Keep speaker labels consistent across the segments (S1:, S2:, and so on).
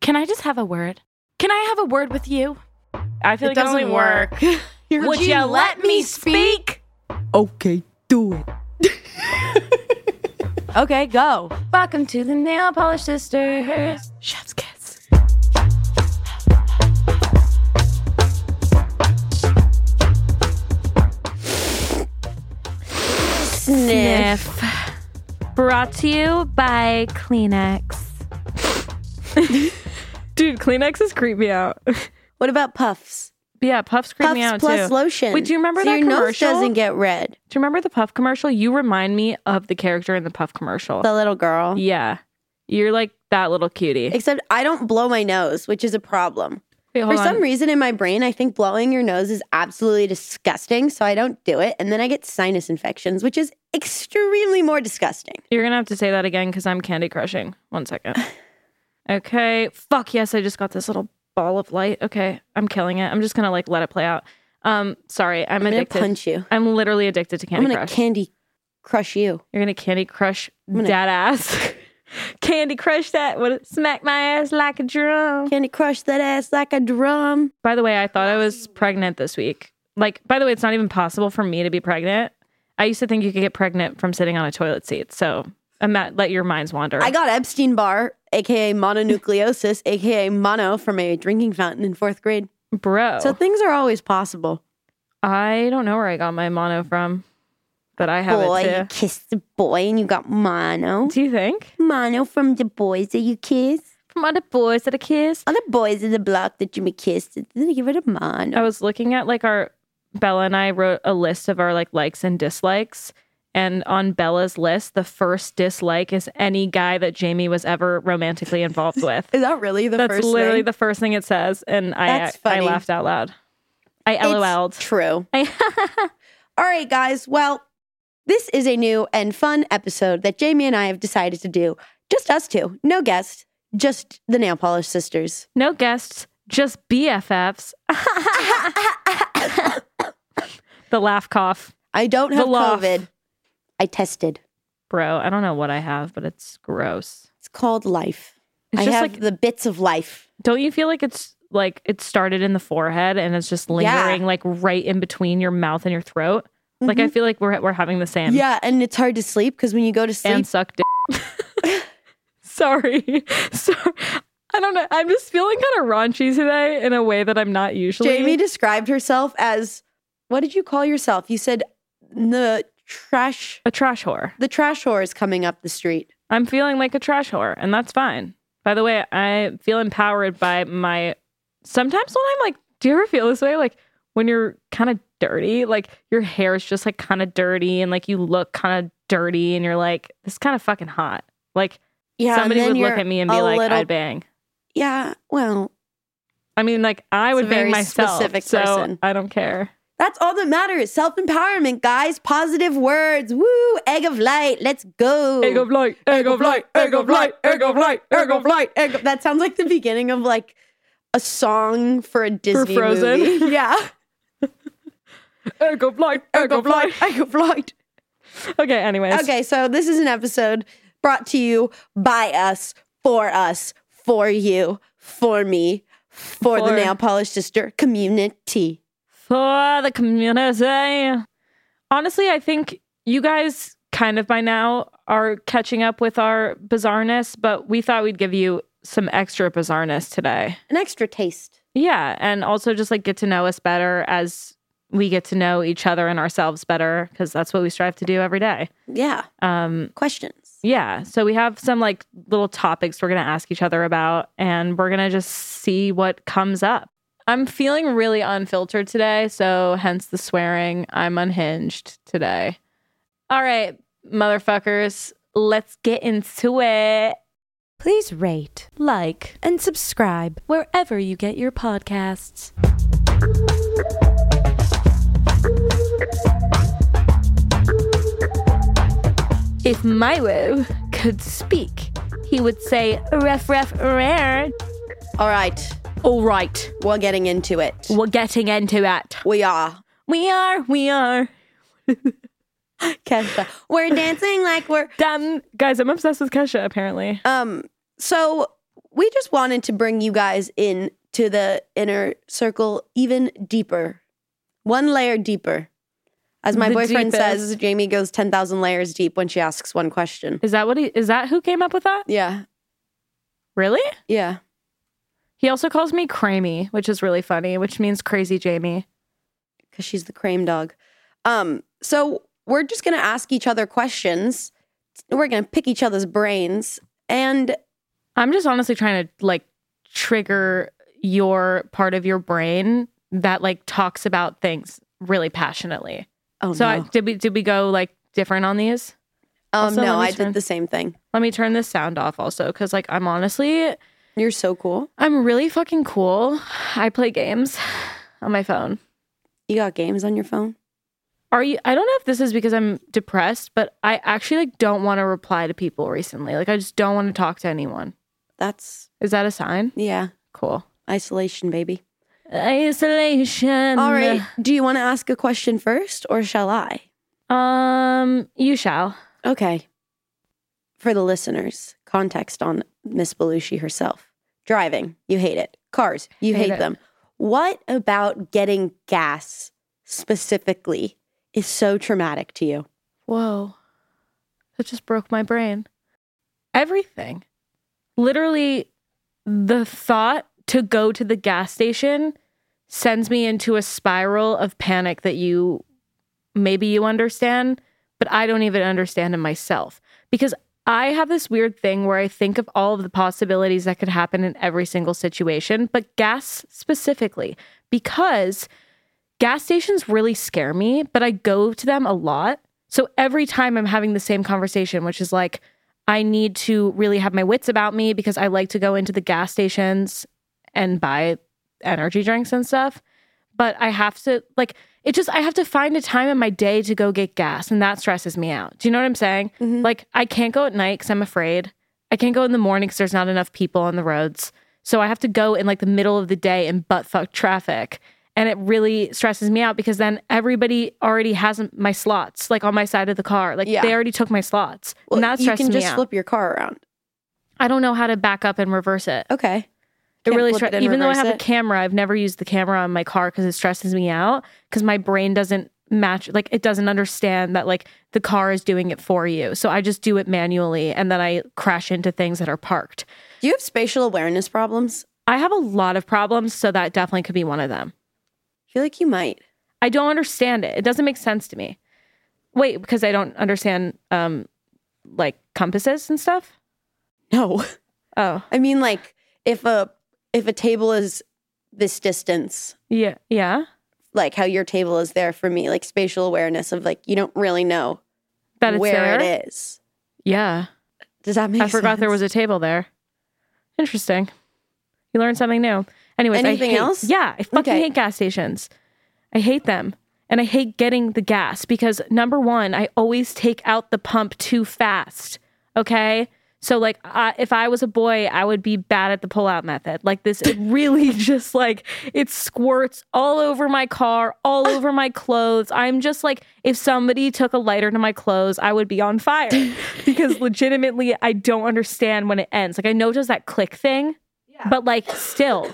S1: Can I just have a word? Can I have a word with you? I feel like
S2: it
S1: it
S2: doesn't
S1: only
S2: work.
S1: Would, you let, me speak?
S3: Okay, do it.
S2: okay, go.
S1: Welcome to the Nail Polish Sisters. Chef's kiss.
S4: Sniff. Brought to you by Kleenex.
S1: Dude, Kleenexes creep me out.
S5: What about puffs?
S1: yeah, puffs creep
S5: Puffs
S1: me out
S5: plus
S1: too.
S5: lotion.
S1: Wait, do you remember
S5: so
S1: that
S5: your
S1: commercial?
S5: nose doesn't get red.
S1: Do you remember the puff commercial? You remind me of the character in the puff commercial.
S5: The little girl.
S1: yeah. You're like that little cutie.
S5: Except I don't blow my nose, which is a problem.
S1: Wait,
S5: For
S1: hold
S5: some
S1: on.
S5: reason in my brain, I think blowing your nose is absolutely disgusting, so I don't do it. And then I get sinus infections, which is extremely more disgusting.
S1: You're gonna have to say that again because I'm candy crushing. One second. Okay. Fuck yes, I just got this little ball of light. Okay, I'm killing it. I'm just gonna like let it play out. Um, sorry, I'm,
S5: I'm gonna
S1: addicted.
S5: punch you.
S1: I'm literally addicted to
S5: I'm
S1: Candy
S5: gonna
S1: Crush.
S5: candy crush you.
S1: You're gonna Candy Crush
S5: gonna-
S1: that ass. candy Crush that. What? Smack my ass like a drum.
S5: Candy crush that ass like a drum.
S1: By the way, I thought I was pregnant this week. Like, by the way, it's not even possible for me to be pregnant. I used to think you could get pregnant from sitting on a toilet seat. So, I'm not, let your minds wander.
S5: I got Epstein Barr, aka mononucleosis, aka mono, from a drinking fountain in fourth grade.
S1: bro.
S5: So things are always possible.
S1: I don't know where I got my mono from, but I have
S5: boy, you
S1: it too.
S5: kissed a boy and you got mono.
S1: Do you think?
S5: Mono from the boys that you kissed.
S1: From other boys that I kissed.
S5: All the boys in the block that you kissed. Then you give it a mono.
S1: I was looking at like our Bella and I wrote a list of our like likes and dislikes. And on Bella's list, the first dislike is any guy that Jamie was ever romantically involved with.
S5: Oh, Is that really the
S1: That's
S5: first
S1: literally
S5: thing?
S1: the first thing it says. And I
S5: That's
S1: I
S5: funny.
S1: laughed out loud. I
S5: It's
S1: LOL'd.
S5: True.
S1: I-
S5: All right, guys. Well, this is a new and fun episode that Jamie and I have decided to do. Just us two, no guests, just the nail polish sisters.
S1: no guests, just BFFs. the laugh cough.
S5: I don't have
S1: The laugh.
S5: COVID. I tested.
S1: Bro, I don't know what I have, but it's gross.
S5: It's called life.
S1: It's
S5: I
S1: just
S5: have
S1: like,
S5: the bits of life.
S1: don't you feel like it's like it started in the forehead and it's just lingering like right in between your mouth and your throat? Like
S5: Mm-hmm.
S1: I feel like we're we're having the same.
S5: Yeah, and it's hard to sleep because when you go to sleep,
S1: and suck dick. Sorry, sorry. I don't know. I'm just feeling kind of raunchy today in a way that I'm not usually.
S5: Jamie described herself as what did you call yourself? You said the trash
S1: a trash whore.
S5: the trash whore is coming up the street.
S1: I'm feeling like a trash whore, and that's fine. By the way, I feel empowered by my. Sometimes when I'm like, do you ever feel this way? Like when you're kind of dirty, like your hair is just like kind of dirty, and like you look kind of dirty, and you're like, this is kind of fucking hot. Like
S5: Yeah,
S1: somebody
S5: and
S1: would
S5: then
S1: look
S5: you're
S1: at me and be
S5: a
S1: like,
S5: little-
S1: I'd bang.
S5: Yeah, well,
S1: I mean, like I
S5: It's
S1: would
S5: a
S1: bang
S5: very
S1: myself.
S5: specific
S1: so
S5: person.
S1: I don't care.
S5: that's all that matters. Self empowerment, guys. Positive words. Woo! Egg of light. Let's go.
S1: Egg of light, egg of light, egg of light, egg of light, egg of light.
S5: Egg of- that sounds like the beginning of like a song for a Disney
S1: Frozen.
S5: movie. Yeah,
S1: Egg of light, egg of light.
S5: Egg of light.
S1: Okay, anyways.
S5: Okay, so this is an episode brought to you by us, for us, for you, for me, for, the
S1: For-
S5: nail polish sister community.
S1: for the community. Honestly, I think you guys kind of by now are catching up with our bizarreness, but we thought we'd give you some extra bizarreness today.
S5: An extra taste.
S1: Yeah, and also just like get to know us better as we get to know each other and ourselves better because that's what we strive to do every day.
S5: Yeah,
S1: Um,
S5: questions.
S1: yeah, so we have some like little topics we're going to ask each other about and we're going to just see what comes up. I'm feeling really unfiltered today, so hence the swearing. I'm unhinged today. All right, motherfuckers, let's get into it.
S2: Please rate, like, and subscribe wherever you get your podcasts.
S4: If Milo could speak, he would say, ref, ref, rare.
S5: All right,
S4: All right,
S5: we're getting into it.
S4: we're getting into it.
S5: We are.
S4: We are, we are.
S5: Kesha. We're dancing like we're
S4: Damn.
S1: Uh, Guys, I'm obsessed with Kesha apparently.
S5: um so we just wanted to bring you guys in to the inner circle even deeper, one layer deeper. As my
S1: The
S5: boyfriend
S1: deepest.
S5: says, Jamie goes 10,000 layers deep when she asks one question.
S1: Is that what he is that who came up with that?
S5: Yeah.
S1: Really?
S5: Yeah.
S1: He also calls me Crammy, which is really funny, which means crazy Jamie.
S5: because she's the crame dog. Um, so we're just gonna ask each other questions. We're gonna pick each other's brains, and
S1: I'm just honestly trying to like trigger your part of your brain that like talks about things really passionately.
S5: oh
S1: so I,
S5: no,
S1: did we did we go like different on these?
S5: um,
S1: also,
S5: no,
S1: let me
S5: I
S1: turn-
S5: did the same thing.
S1: Let me turn this sound off also cuz like I'm honestly
S5: You're so cool.
S1: I'm really fucking cool. I play games on my phone.
S5: You got games on your phone.
S1: Are you I don't know if this is because I'm depressed, but I actually like don't want to reply to people recently. Like I just don't want to talk to anyone.
S5: That's
S1: Is that a sign?
S5: yeah,
S1: Cool.
S5: isolation, baby.
S1: Isolation.
S5: All right. Do you want to ask a question first, or shall I?
S1: Um, you shall.
S5: Okay. For the listeners, context on Miss Belushi herself. Driving, you hate it. Cars, you
S1: Hate
S5: hate,
S1: it.
S5: them. What about getting gas specifically is so traumatic to you?
S1: Whoa. That just broke my brain. Everything. Literally, the thought to go to the gas station sends me into a spiral of panic that you maybe you understand, but I don't even understand in myself. Because I have this weird thing where I think of all of the possibilities that could happen in every single situation, but gas specifically, because gas stations really scare me, but I go to them a lot. So every time I'm having the same conversation, which is like, I need to really have my wits about me because I like to go into the gas stations and buy energy drinks and stuff. But I have to, like, it just, I have to find a time in my day to go get gas. And that stresses me out. Do you know what I'm saying?
S5: Mhm.
S1: Like, I can't go at night because I'm afraid. I can't go in the morning because there's not enough people on the roads. So I have to go in like the middle of the day and butt fuck traffic. And it really stresses me out because then everybody already has m- my slots, like on my side of the car. Like
S5: Yeah.
S1: they already took my slots. and that
S5: you
S1: stresses
S5: can
S1: me
S5: just
S1: out.
S5: flip your car around.
S1: I don't know how to back up and reverse it.
S5: Okay.
S1: it
S5: Can't
S1: really
S5: flip it
S1: stresses
S5: and
S1: Even though I
S5: reverse
S1: have a
S5: it?
S1: camera, I've never used the camera on my car because it stresses me out because my brain doesn't match like it doesn't understand that like the car is doing it for you so i just do it manually and then i crash into things that are parked
S5: Do you have spatial awareness problems?
S1: i have a lot of problems so that definitely could be one of them
S5: I feel like you might.
S1: I don't understand it. It doesn't make sense to me. Wait, because I don't understand um like compasses and stuff.
S5: No.
S1: Oh,
S5: I mean like if a if a table is this distance,
S1: yeah, yeah.
S5: like how your table is there for me, like spatial awareness of like you don't really know
S1: That it's
S5: where
S1: there.
S5: it is.
S1: Yeah,
S5: Does that make
S1: I forgot there was a table there. Interesting. You learned something new. Anyways, I
S5: Anything
S1: hate-
S5: else?
S1: Yeah, I fucking
S5: Okay.
S1: hate gas stations. I hate them. And I hate getting the gas because number one, I always take out the pump too fast. Okay. So, like, I, if I was a boy, I would be bad at the pull-out method. Like, this it really just like it squirts all over my car, all over my clothes. I'm just like, if somebody took a lighter to my clothes, I would be on fire because legitimately, I don't understand when it ends. Like, I know it does that click thing, but like, still,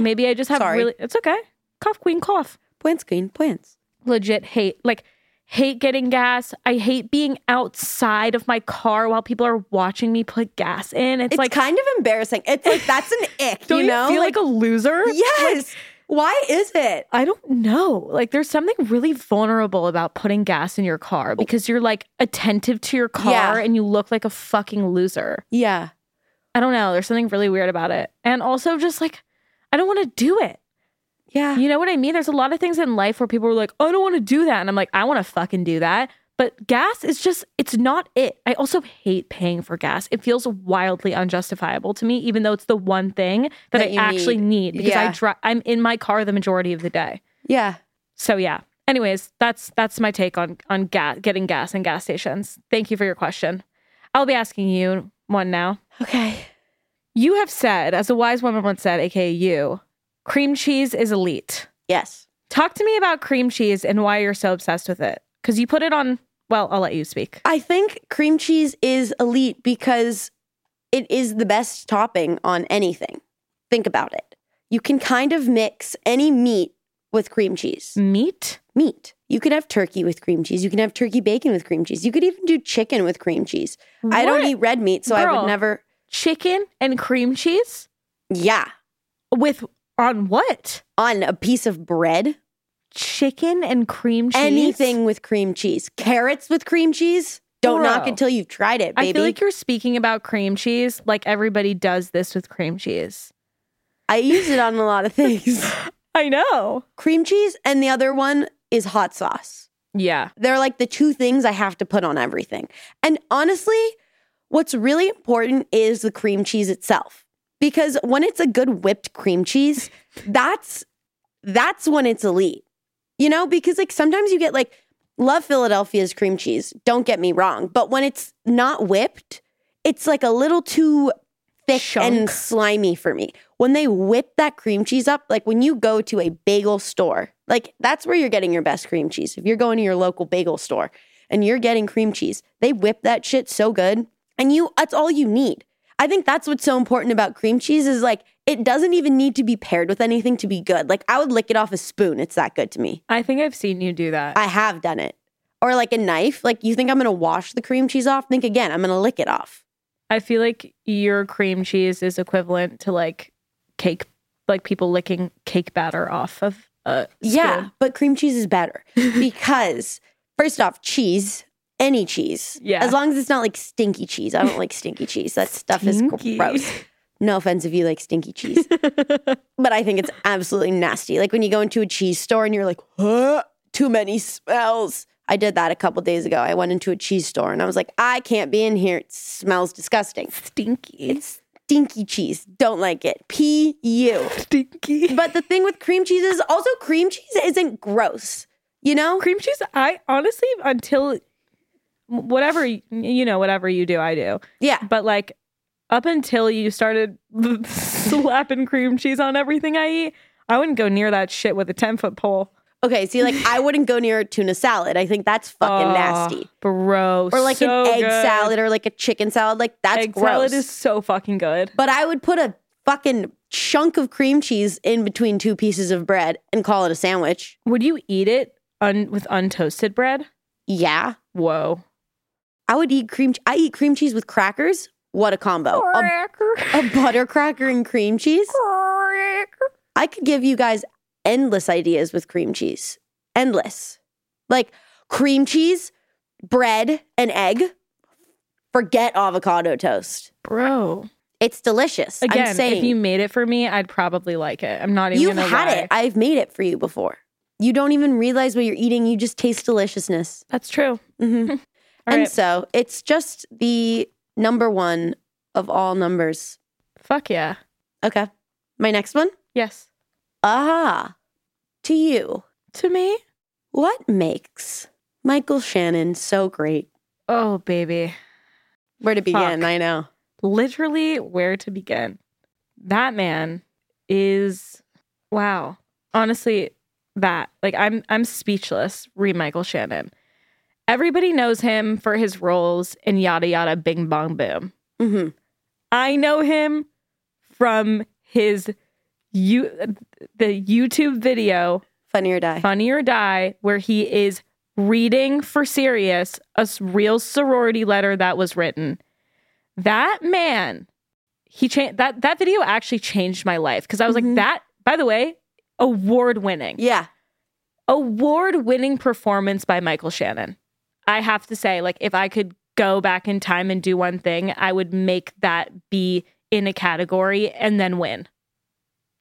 S1: maybe I just have
S5: Sorry.
S1: really, it's okay. Cough, queen, cough
S5: points, Queen points.
S1: legit hate like hate getting gas. I hate being outside of my car while people are watching me put gas in. It's,
S5: It's
S1: like
S5: kind of embarrassing. It's like that's an ick,
S1: don't
S5: you know?
S1: feel like, a loser?
S5: yes. Why is it?
S1: I don't know. Like there's something really vulnerable about putting gas in your car because you're like attentive to your car
S5: Oh. Yeah.
S1: and you look like a fucking loser.
S5: Yeah.
S1: I don't know. There's something really weird about it. And also just like I don't want to do it.
S5: Yeah.
S1: You know what I mean? There's a lot of things in life where people are like, I don't want to do that. And I'm like, I want to fucking do that. But gas is just, it's not it. I also hate paying for gas. It feels wildly unjustifiable to me, even though it's the one thing that,
S5: That
S1: I
S5: you
S1: actually need, because I
S5: Yeah.
S1: drive. I'm in my car the majority of the day.
S5: Yeah.
S1: So yeah. Anyways, that's that's my take on on gas, getting gas and gas stations. Thank you for your question. I'll be asking you one now.
S5: Okay.
S1: You have said, as a wise woman once said, aka you, cream cheese is elite.
S5: Yes.
S1: Talk to me about cream cheese and why you're so obsessed with it. Because you put it on, well, I'll let you speak.
S5: I think cream cheese is elite because It is the best topping on anything. Think about it. You can kind of mix any meat with cream cheese.
S1: Meat?
S5: Meat. You could have turkey with cream cheese. You can have turkey bacon with cream cheese. You could even do chicken with cream cheese. I don't
S1: What?
S5: eat red meat, so I
S1: Girl.
S5: would never.
S1: chicken and cream cheese
S5: Yeah.
S1: with on what?
S5: On a piece of bread,
S1: Chicken and cream cheese.
S5: anything with cream cheese, carrots with cream cheese. Don't knock
S1: Bro.
S5: it till you've tried it, baby.
S1: I feel like you're speaking about cream cheese like everybody does this with cream cheese.
S5: I use it on a lot of things.
S1: I know.
S5: cream cheese and the other one is hot sauce.
S1: Yeah.
S5: They're like the two things I have to put on everything. And honestly, what's really important is the cream cheese itself. Because when it's a good whipped cream cheese, that's that's when it's elite. You know, because like sometimes you get like love Philadelphia's cream cheese, don't get me wrong, but when it's not whipped, it's like a little too thick and
S1: Chunk.
S5: slimy for me. When they whip that cream cheese up, like when you go to a bagel store, like that's where you're getting your best cream cheese. If you're going to your local bagel store and you're getting cream cheese, they whip that shit so good and you that's all you need. I think that's what's so important about cream cheese is like it doesn't even need to be paired with anything to be good. Like I would lick it off a spoon. It's that good to me.
S1: I think I've seen you do that.
S5: I have done it. Or like a knife. Like you think I'm gonna wash the cream cheese off? Think again, I'm gonna lick it off.
S1: I feel like your cream cheese is equivalent to like cake, like people licking cake batter off of a spoon.
S5: Yeah, but cream cheese is better because first off, cheese, any cheese.
S1: Yeah.
S5: As long as it's not like stinky cheese. I don't like stinky cheese. That stuff
S1: Stinky.
S5: is gross. No offense if you like stinky cheese. but I think it's absolutely nasty. Like when you go into a cheese store and you're like, huh, too many smells. I did that a couple days ago. I went into a cheese store and I was like, I can't be in here. It smells disgusting.
S1: Stinky. It's
S5: Stinky cheese. Don't like it. P U.
S1: stinky.
S5: But the thing with cream cheese is also cream cheese isn't gross. You know?
S1: cream cheese i honestly until whatever you know whatever you do i do
S5: Yeah.
S1: but like up until you started slapping cream cheese on everything i eat i wouldn't go near that shit with a 10 foot pole
S5: Okay. See, like I wouldn't go near a tuna salad. I think that's fucking
S1: Oh,
S5: nasty.
S1: bro
S5: Or like
S1: so
S5: an egg
S1: good.
S5: salad or like a chicken salad. Like that's
S1: egg
S5: gross.
S1: salad is so fucking good
S5: But I would put a fucking chunk of cream cheese in between two pieces of bread and call it a sandwich.
S1: would you eat it un- with untoasted bread
S5: Yeah.
S1: whoa
S5: I would eat cream I eat cream cheese with crackers. What a combo. A, a butter cracker and cream cheese. I could give you guys endless ideas with cream cheese. Endless. Like cream cheese, bread, and egg. Forget avocado toast.
S1: bro
S5: It's delicious. I'm
S1: again
S5: saying
S1: if you made it for me i'd probably like it i'm not even
S5: You've
S1: gonna
S5: had
S1: lie.
S5: it. I've made it for you before. You don't even realize what you're eating. You just taste deliciousness.
S1: that's true
S5: hmm
S1: All
S5: and
S1: right.
S5: so it's just the number one of all numbers.
S1: fuck yeah
S5: Okay. My next one.
S1: yes
S5: Ah, to you.
S1: to me
S5: What makes Michael Shannon so great?
S1: Oh, baby.
S5: Where to begin?
S1: Fuck.
S5: I know.
S1: Literally, where to begin? That man is wow. Honestly, that. Like I'm I'm speechless, re Michael Shannon. Everybody knows him for his roles in yada yada bing bong boom.
S5: hmm
S1: I know him from his you the YouTube video
S5: Funny or die.
S1: Funny or Die, where he is reading for serious a s- real sorority letter that was written. That man, he changed that that video actually changed my life because I was
S5: Mhm.
S1: like that. By the way, award winning,
S5: Yeah.
S1: award winning performance by Michael Shannon. I have to say, like if I could go back in time and do one thing, I would make that be in a category and then win.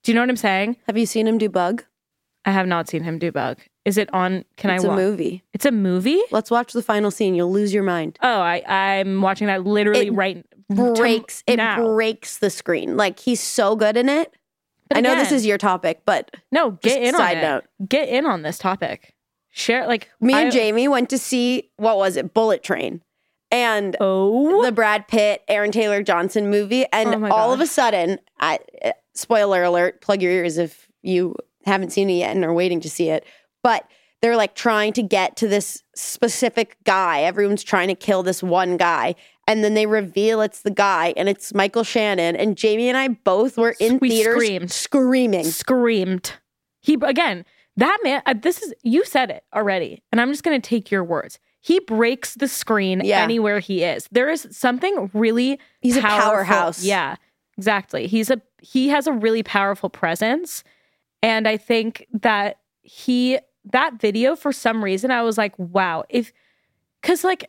S1: Do you know what I'm saying?
S5: Have you seen him do Bug?
S1: I have not seen him do bug. Is it on? Can
S5: it's
S1: I
S5: a
S1: watch?
S5: movie.
S1: It's a movie.
S5: Let's watch the final scene. You'll lose your mind.
S1: Oh, I I'm watching that literally
S5: It
S1: right tom-
S5: Breaks. It
S1: now.
S5: breaks the screen. Like he's so good in it.
S1: But
S5: I know this
S1: again,
S5: is your topic, but
S1: no
S5: just
S1: get in
S5: side
S1: on
S5: note.
S1: it. Get in on this topic. Share like
S5: Me and
S1: I-
S5: Jamie went to see what was it, Bullet Train, and
S1: Oh,
S5: the Brad Pitt, Aaron Taylor Johnson movie, and
S1: Oh my
S5: all of a
S1: gosh.
S5: sudden, I, eh, spoiler alert, plug your ears if you haven't seen it yet and are waiting to see it, but they're like trying to get to this specific guy. Everyone's trying to kill this one guy, and then they reveal it's the guy and it's Michael Shannon. And Jamie and I both were in
S1: We
S5: theaters
S1: screamed.
S5: screaming.
S1: Screamed. He again. That man. Uh, this is you said it already, and I'm just gonna take your words. He breaks the screen
S5: Yeah.
S1: anywhere he is. There is something really
S5: He's a
S1: powerful-
S5: powerhouse.
S1: Yeah, exactly. He's a he has a really powerful presence, and I think that he that video for some reason I was like, wow, if because like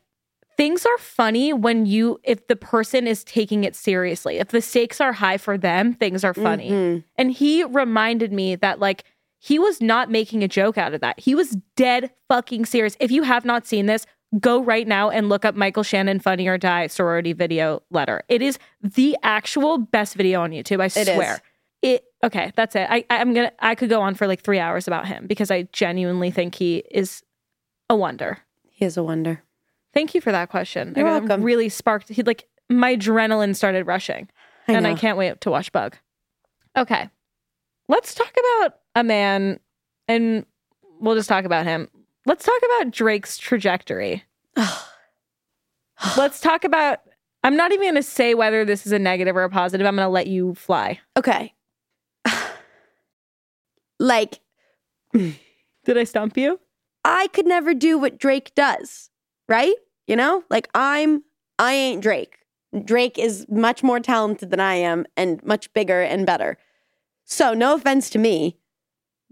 S1: things are funny when you if the person is taking it seriously if the stakes are high for them things are funny
S5: Mhm.
S1: and he reminded me that like he was not making a joke out of that. He was dead fucking serious. If you have not seen this, go right now and look up Michael Shannon Funny or Die sorority video letter. It is the actual best video on YouTube. I
S5: is.
S1: swear. It okay, that's it. I I'm gonna I could go on for like three hours about him because I genuinely think he is a wonder.
S5: He is a wonder.
S1: Thank you for that question.
S5: You're
S1: I got-
S5: welcome.
S1: really sparked he like my adrenaline started rushing
S5: I
S1: and
S5: know.
S1: I can't wait to watch Bug. Okay. Let's talk about a man and we'll just talk about him. Let's talk about Drake's trajectory. Let's talk about I'm not even going to say whether this is a negative or a positive. I'm going to let you fly.
S5: okay. like,
S1: Did I stump you?
S5: I could never do what Drake does, right? You know, like I'm, I ain't Drake. Drake is much more talented than I am and much bigger and better. So, no offense to me,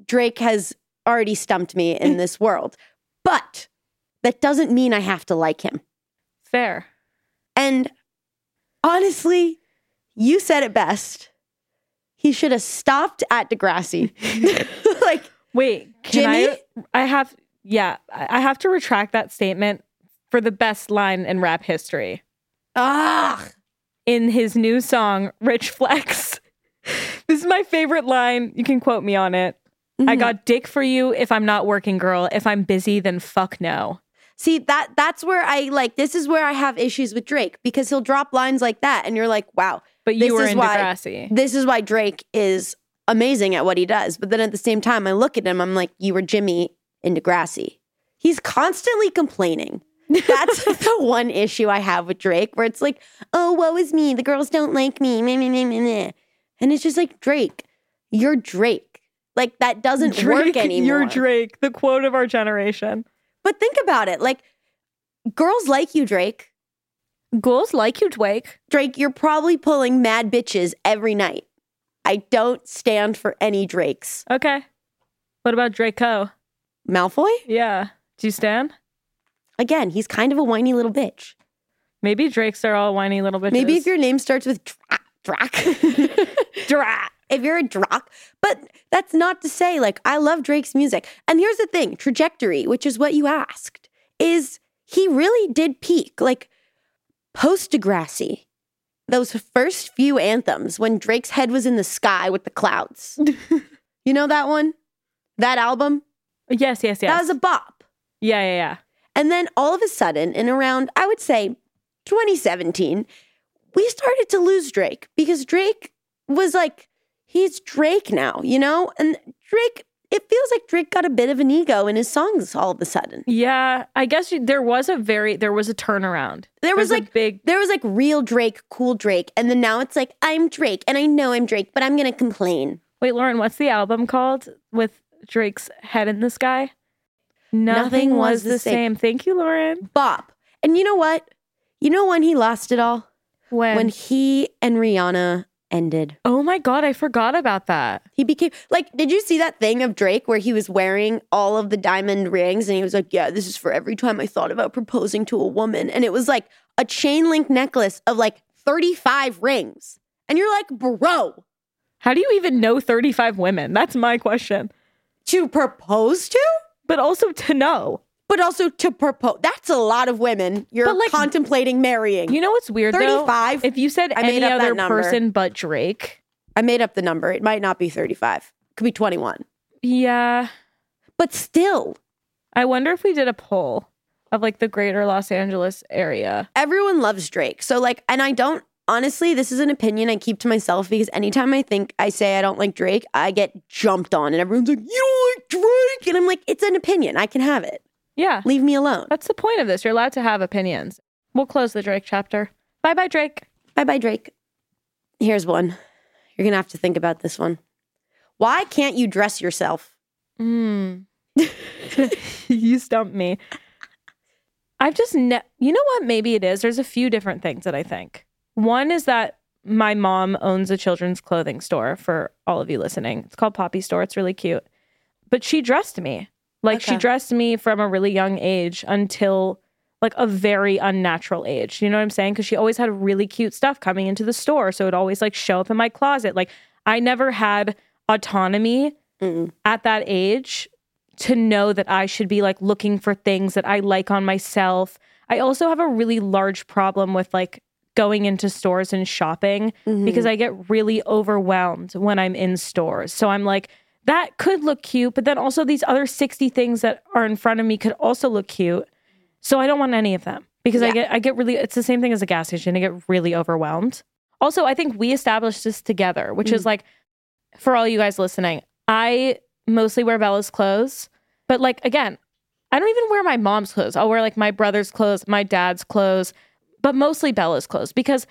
S5: Drake has already stumped me in this world, but that doesn't mean I have to like him.
S1: Fair.
S5: And honestly, you said it best. He should have stopped at Degrassi. like,
S1: Wait, can
S5: Jimmy?
S1: I I have yeah, I I have to retract that statement for the best line in rap history.
S5: ah,
S1: in his new song, Rich Flex. this is my favorite line. You can quote me on it.
S5: Mm-hmm.
S1: I got dick for you if I'm not working, girl. If I'm busy, then fuck no.
S5: See, that that's where I like this is where I have issues with Drake because he'll drop lines like that and you're like, wow,
S1: But you
S5: This
S1: were
S5: is
S1: in
S5: why-
S1: Degrassi.
S5: this is why Drake is amazing at what he does. But then at the same time, I look at him, I'm like, you were Jimmy in Degrassi. He's constantly complaining. That's the one issue I have with Drake, where it's like, oh, woe is me. The girls don't like me. meh, meh, meh, meh, meh." And it's just like, Drake, you're Drake. Like, that doesn't work anymore.
S1: You're Drake, the quote of our generation.
S5: But think about it. Like, girls like you, Drake.
S1: Girls like you, Drake.
S5: Drake, you're probably pulling mad bitches every night. I don't stand for any Drakes.
S1: Okay. What about Draco?
S5: Malfoy?
S1: Yeah. Do you stand?
S5: Again, he's kind of a whiny little bitch.
S1: Maybe Drakes are all whiny little bitches.
S5: Maybe if your name starts with Drac, Drac, Drac, if you're a Drac, but that's not to say, like, I love Drake's music. And here's the thing trajectory, which is what you asked, is he really did peak. Like, post Degrassi, those first few anthems when Drake's head was in the sky with the clouds. you know that one? That album?
S1: Yes, yes, yes.
S5: That was a bop.
S1: yeah, yeah, yeah.
S5: And then all of a sudden, in around, I would say 2017, we started to lose Drake because Drake was like, he's Drake now, you know? And Drake, it feels like Drake got a bit of an ego in his songs all of a sudden.
S1: Yeah. I guess you, there was a very, there was a turnaround.
S5: There was
S1: There's
S5: like,
S1: a big,
S5: there was like real Drake, cool Drake. And then now it's like, I'm Drake and I know I'm Drake, but I'm going to complain.
S1: Wait, Lauren, what's the album called with Drake's head in the sky? Nothing, was, the same. Thank you, Lauren.
S5: Bop. And you know what? You know when he lost it all?
S1: When,
S5: When he and Rihanna ended.
S1: oh my god, I forgot about that.
S5: He became like, did you see that thing of Drake where he was wearing all of the diamond rings and he was like, yeah, this is for every time I thought about proposing to a woman. And it was like a chain link necklace of like 35 rings. And you're like, bro,
S1: How do you even know 35 women? That's my question.
S5: to propose to?
S1: But also to know.
S5: But also to propose. That's a lot of women you're
S1: But, like,
S5: contemplating marrying.
S1: You know what's weird though?
S5: 35?
S1: If you said
S5: I made
S1: any
S5: up that
S1: other
S5: number.
S1: person but Drake.
S5: I made up the number. It might not be 35, it could be 21.
S1: Yeah.
S5: But still,
S1: I wonder if we did a poll of like the greater Los Angeles area.
S5: everyone loves Drake. So like, and I don't honestly, this is an opinion I keep to myself because anytime I think I say I don't like Drake, I get jumped on and everyone's like, You don't like Drake? And I'm like, it's an opinion. I can have it.
S1: Yeah.
S5: Leave me alone.
S1: That's the point of this. You're allowed to have opinions. We'll close the Drake chapter. Bye bye, Drake.
S5: Bye bye, Drake. Here's one. You're going to have to think about this one. Why can't you dress yourself?
S1: Mm. you stumped me. I've just, ne- you know what? Maybe it is. There's a few different things that I think. One is that my mom owns a children's clothing store for all of you listening. It's called Poppy Store. It's really cute. But she dressed me. Like she
S5: Okay.
S1: dressed me from a really young age until like a very unnatural age. You know what I'm saying? Cuz she always had really cute stuff coming into the store, so it always like show up in my closet. Like I never had autonomy
S5: Mm-mm.
S1: at that age to know that I should be like looking for things that I like on myself. I also have a really large problem with like going into stores and shopping because I get really overwhelmed when I'm in stores. So I'm like, that could look cute, but then also these other 60 things that are in front of me could also look cute. So I don't want any of them because I
S5: Yeah.
S1: get I get really it's the same thing as a gas station. I get really overwhelmed. Also, I think we established this together, which is like for all you guys listening, I mostly wear Bella's clothes, but like again, I don't even wear my mom's clothes. I'll wear like my brother's clothes, my dad's clothes, but mostly Bella's clothes because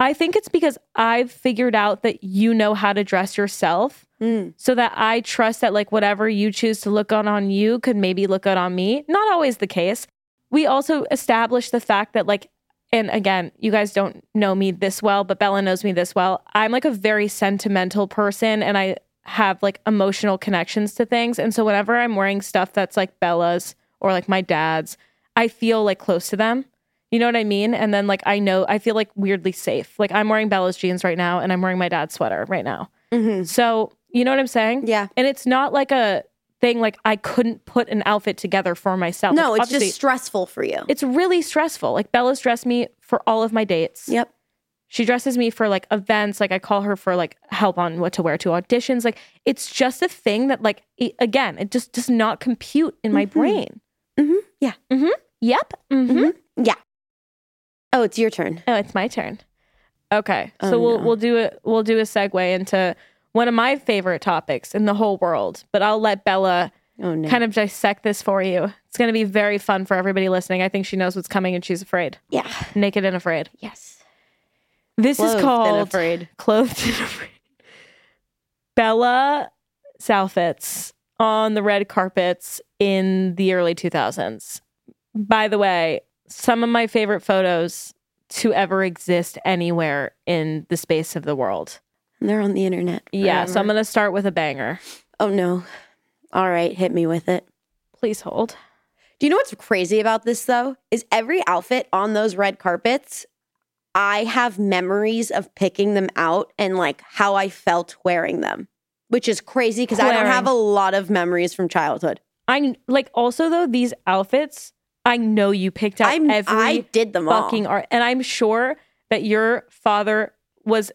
S1: I think it's because I've figured out that you know how to dress yourself
S5: Mm.
S1: so that I trust that like whatever you choose to look on on you could maybe look good on me. Not always the case. We also established the fact that like and again, you guys don't know me this well, but Bella knows me this well. I'm like a very sentimental person and I have like emotional connections to things. And so whenever I'm wearing stuff that's like Bella's or like my dad's, I feel like close to them. You know what I mean? And then like I know I feel like weirdly safe. Like I'm wearing Bella's jeans right now and I'm wearing my dad's sweater right now.
S5: Mhm.
S1: So, you know what I'm saying?
S5: Yeah.
S1: And it's not like a thing like I couldn't put an outfit together for myself.
S5: No,
S1: Like,
S5: it's
S1: obviously,
S5: just stressful for you.
S1: it's really stressful. Like Bella's dressed me for all of my dates.
S5: Yep.
S1: She dresses me for like events. Like I call her for like help on what to wear to auditions. Like it's just a thing that like it, again, it just does not compute in my
S5: Mhm.
S1: brain.
S5: Mhm. Yeah.
S1: Mm-hmm. Yep. Mm-hmm.
S5: Mhm. Oh, it's your turn.
S1: Oh, it's my turn. Okay.
S5: Oh,
S1: so we'll
S5: no.
S1: we'll do it we'll do a segue into one of my favorite topics in the whole world, but I'll let Bella
S5: Oh no.
S1: kind of dissect this for you. It's going to be very fun for everybody listening. I think she knows what's coming and she's afraid.
S5: yeah.
S1: Naked and afraid.
S5: Yes.
S1: This
S5: Clothed
S1: is
S5: and
S1: called
S5: afraid.
S1: Clothed and Afraid. Bella Southitz on the red carpets in the early 2000s. By the way, some of my favorite photos to ever exist anywhere in the space of the world.
S5: And they're on the internet.
S1: Yeah, so I'm
S5: forever.
S1: going to start with a banger.
S5: Oh no. All right, hit me with it.
S1: Please hold.
S5: Do you know what's crazy about this though? Is every outfit on those red carpets, I have memories of picking them out and like how I felt wearing them, which is crazy because I don't
S1: Wearing.
S5: have a lot of memories from childhood.
S1: I like also though these outfits. I know you picked out
S5: I'm,
S1: every
S5: I did them
S1: fucking
S5: all.
S1: art, and I'm sure that your father was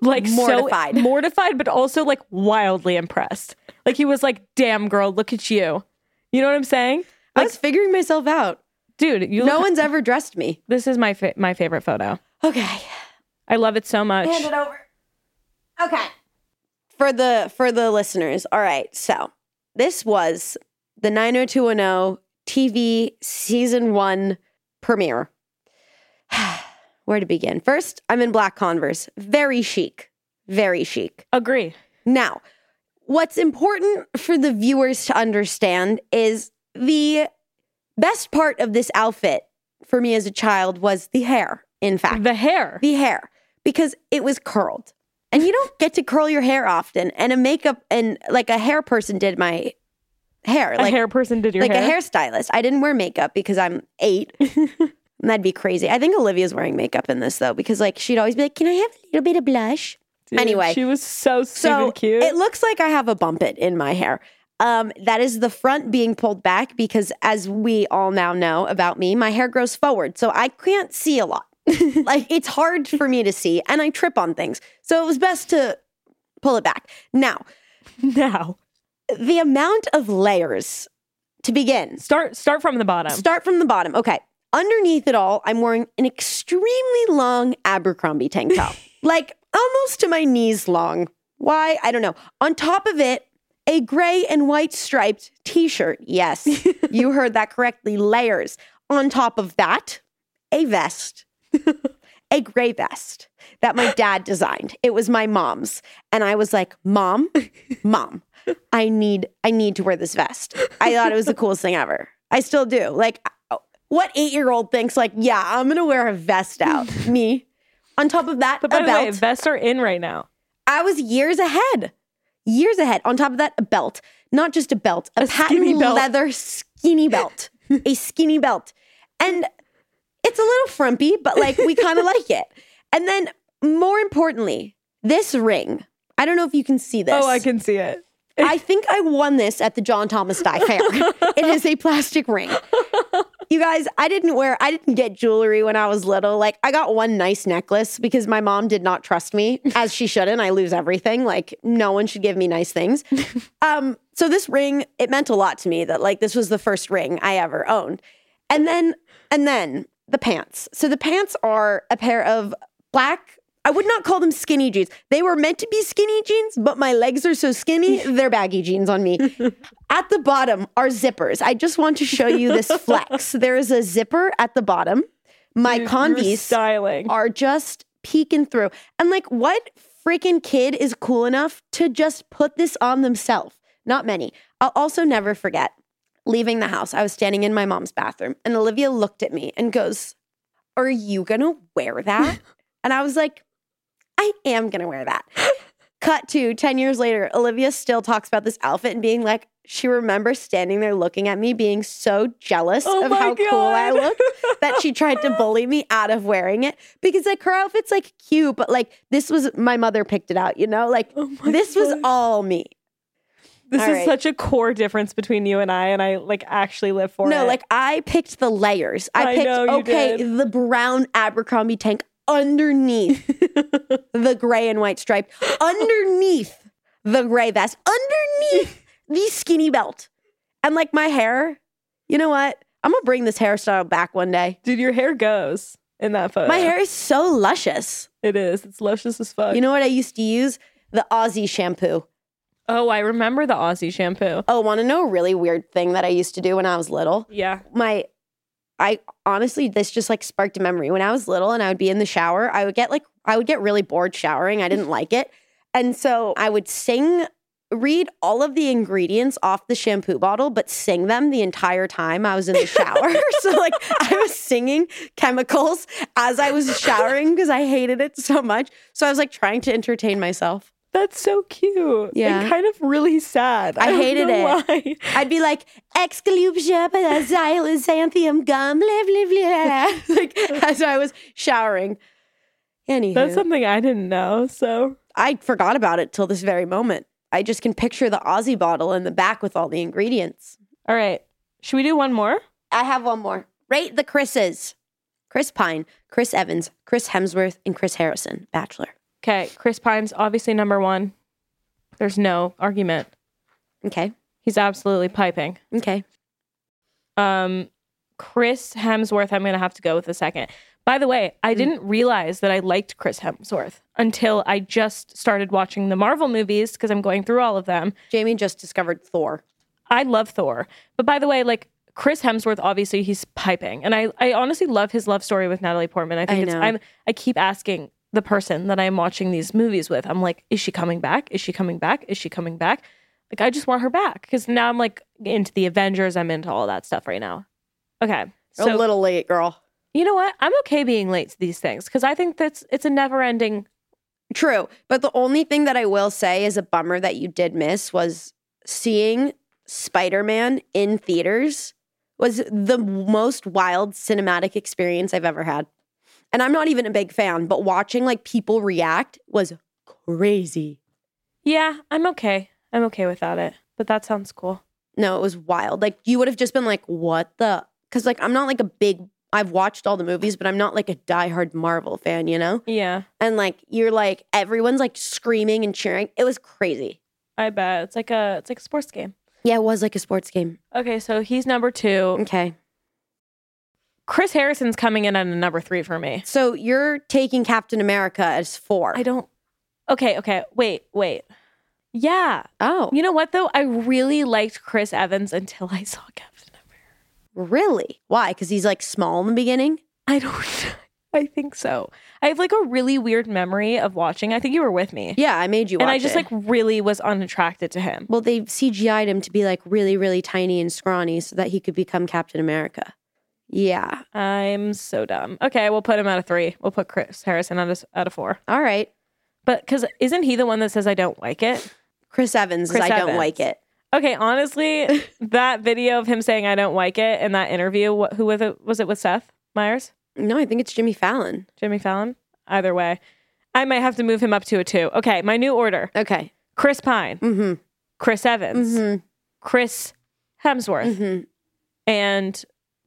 S1: like so
S5: Mortified.
S1: mortified, but also like wildly impressed. Like he was like, "Damn, girl, look at you." You know what I'm saying,
S5: I was figuring myself out.
S1: dude? You
S5: No
S1: look-
S5: one's ever dressed me.
S1: This is my fa- my favorite photo.
S5: Okay.
S1: I love it so much.
S5: Hand it over. Okay. For the for the listeners. All right. So this was the 90210 TV season one premiere. Where to begin? First, I'm in black Converse. Very chic. Very chic.
S1: Agree.
S5: Now, what's important for the viewers to understand is the best part of this outfit for me as a child was the hair, in fact
S1: The hair.
S5: the hair because it was curled. And you don't get to curl your hair often. And a makeup and like a hair person did my hair.
S1: a
S5: like
S1: hair person did your
S5: like
S1: hair.
S5: a hairstylist. I didn't wear makeup because I'm eight. and that'd be crazy. I think Olivia's wearing makeup in this though, because like she'd always be like, Can I have a little bit of blush?
S1: Dude,
S5: anyway.
S1: she was so stupid
S5: So
S1: cute.
S5: It looks like I have a bumpet in my hair. Um, that is the front being pulled back because, as we all now know about me, my hair grows forward. So I can't see a lot. like it's hard for me to see and I trip on things. So it was best to pull it back. Now,
S1: now
S5: the amount of layers to begin.
S1: start start from the bottom.
S5: Start from the bottom. Okay. Underneath it all, I'm wearing an extremely long Abercrombie tank top, like almost to my knees long. Why? I don't know. On top of it, a gray and white striped t shirt. Yes, you heard that correctly. Layers. On top of that, a vest, a gray vest that my dad designed. It was my mom's. And I was like, Mom, mom, I need I need to wear this vest. I thought it was the coolest thing ever. I still do. Like uh, what eight year old thinks like, yeah, I'm gonna wear a vest out. Me. On top of that,
S1: But by
S5: a
S1: the
S5: belt.
S1: way, vests are in right now.
S5: I was years ahead. Years ahead. On top of that, a belt. Not just a belt, a,
S1: A
S5: patent
S1: skinny belt.
S5: leather skinny belt. a skinny belt. And it's a little frumpy, but like we kind of like it. And then more importantly, this ring. I don't know if you can see this.
S1: Oh, I can see it.
S5: I think I won this at the John Thomas Dye Fair. it is a plastic ring. You guys, I didn't wear, I didn't get jewelry when I was little. Like, I got one nice necklace because my mom did not trust me, as she shouldn't. I lose everything. Like, no one should give me nice things. Um, so this ring, it meant a lot to me that like this was the first ring I ever owned. And then, and then the pants. So the pants are a pair of black. I would not call them skinny jeans. They were meant to be skinny jeans, but my legs are so skinny, they're baggy jeans on me. at the bottom are zippers. I just want to show you this flex. There is a zipper at the bottom. My
S1: You're- you're
S5: Converse
S1: styling.
S5: are just peeking through. And like, what freaking kid is cool enough to just put this on themselves? Not many. I'll also never forget leaving the house. I was standing in my mom's bathroom and Olivia looked at me and goes, Are you going to wear that? and I was like, I am going to wear that. Cut to 10 years later, Olivia still talks about this outfit and being like, she remembers standing there looking at me, being so jealous
S1: Oh
S5: of
S1: my
S5: how cool I
S1: God.
S5: looked that she tried to bully me out of wearing it because like her outfit's like cute, but like this was my mother picked it out, you know? Like
S1: Oh my
S5: this was
S1: gosh.
S5: all me.
S1: This
S5: all
S1: is
S5: right.
S1: such a core difference between you and I, and I like actually live for it.
S5: no, like I picked the layers. I,
S1: I
S5: picked
S1: know you
S5: okay,
S1: did.
S5: the brown Abercrombie tank underneath the gray and white stripe, underneath the gray vest, underneath the skinny belt. And like my hair, you know what? I'm gonna bring this hairstyle back one day.
S1: dude, your hair goes in that photo.
S5: My hair is so luscious.
S1: It is. It's luscious as fuck.
S5: You know what I used to use? The Aussie shampoo.
S1: Oh, I remember the Aussie shampoo.
S5: Oh, want to know a really weird thing that I used to do when I was little?
S1: Yeah.
S5: my I honestly this just like sparked a memory. When I was little and I would be in the shower, I would get like I would get really bored showering. I didn't like it. And so I would sing read all of the ingredients off the shampoo bottle but sing them the entire time I was in the shower. so like I was singing chemicals as I was showering because I hated it so much. So I was like trying to entertain myself.
S1: That's so cute.
S5: Yeah.
S1: And kind of really sad.
S5: I
S1: don't
S5: hated
S1: know Why.
S5: I'd be like, Excalibur, xylosanthium gum, blah, blah, blah. Like, as I was showering. Anywho,
S1: That's something I didn't know. So
S5: I forgot about it till this very moment. I just can picture the Aussie bottle in the back with all the ingredients.
S1: all right. Should we do one more?
S5: I have one more. Rate the Chris's Chris Pine, Chris Evans, Chris Hemsworth, and Chris Harrison, Bachelor.
S1: Okay. Chris Pine's obviously number one. There's no argument.
S5: Okay.
S1: He's absolutely piping.
S5: Okay.
S1: Um, Chris Hemsworth, I'm going to have to go with a second. By the way, I didn't realize that I liked Chris Hemsworth until I just started watching the Marvel movies because I'm going through all of them.
S5: Jamie just discovered Thor.
S1: I love Thor. But by the way, like Chris Hemsworth, obviously he's piping, and I, I honestly love his love story with Natalie Portman. I think
S5: I
S1: it's
S5: know.
S1: I'm I keep asking the person that I'm watching these movies with. I'm like, is she coming back? Is she coming back? Is she coming back? Like I just want her back because now I'm like into the Avengers. I'm into all that stuff right now. Okay, so
S5: a little late, girl.
S1: you know what? I'm okay being late to these things because I think that's it's a never ending.
S5: True. But the only thing that I will say is a bummer that you did miss was seeing Spider Man in theaters was the most wild cinematic experience I've ever had. And I'm not even a big fan, but watching like people react was crazy.
S1: Yeah, I'm okay. I'm okay without it. But that sounds cool.
S5: No, it was wild. Like you would have just been like, what the? Because like I'm not like a big, I've watched all the movies, but I'm not like a diehard Marvel fan, you know?
S1: Yeah,
S5: And like you're like, everyone's like screaming and cheering. It was crazy.
S1: I bet it's like a it's like a sports game.
S5: Yeah, it was like a sports game.
S1: Okay, so he's number two.
S5: Okay.
S1: Chris Harrison's coming in at a number three for me.
S5: So you're taking Captain America as four.
S1: I don't. Okay, okay. Wait, wait. Yeah.
S5: oh,
S1: You know what, though? I really liked Chris Evans until I saw Captain America.
S5: really? Why? Because he's like small in the beginning.
S1: I don't. I think so. I have like a really weird memory of watching. I think you were with me.
S5: Yeah, I made you watch
S1: and I just
S5: it.
S1: like really was unattracted to him.
S5: well, they CGI'd him to be like really, really tiny and scrawny so that he could become Captain America. Yeah.
S1: I'm so dumb. Okay, we'll put him out of three. We'll put Chris Harrison out of, out of four.
S5: All right.
S1: But because isn't he the one that says I don't like it?
S5: Chris Evans
S1: Chris
S5: is I don't
S1: Evans.
S5: like it.
S1: Okay, honestly, that video of him saying I don't like it and that interview, wh- who was it? Was it with Seth Myers,
S5: No, I think it's Jimmy Fallon.
S1: Jimmy Fallon? Either way, I might have to move him up to a two. Okay, my new order:
S5: Okay.
S1: Chris Pine,
S5: Mm
S1: Chris
S5: hmm.
S1: Evans,
S5: Mm
S1: Chris Hemsworth,
S5: hmm. hmm
S1: and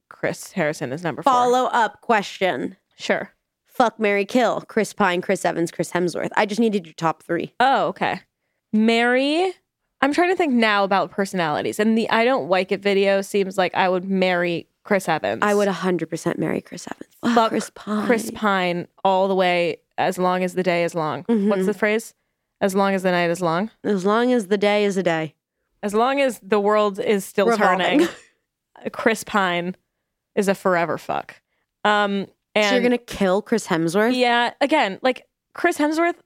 S1: Chris Harrison is number four.
S5: Follow up question.
S1: Sure.
S5: Fuck Mary Kill. Chris Pine, Chris Evans, Chris Hemsworth. I just needed your top three.
S1: Oh, okay. Mary. I'm trying to think now about personalities, and the I don't like it video seems like I would marry Chris Evans.
S5: I would 100% marry Chris Evans. Fuck
S1: Fuck
S5: Chris Pine.
S1: Chris Pine all the way as long as the day is long. What's
S5: Mhm.
S1: the phrase? As long as the night is long.
S5: As long as the day is a day.
S1: As long as the world is still
S5: Revolving.
S1: turning. Chris Pine is a forever fuck. Um and
S5: so you're going to kill Chris Hemsworth?
S1: Yeah, again, like Chris Hemsworth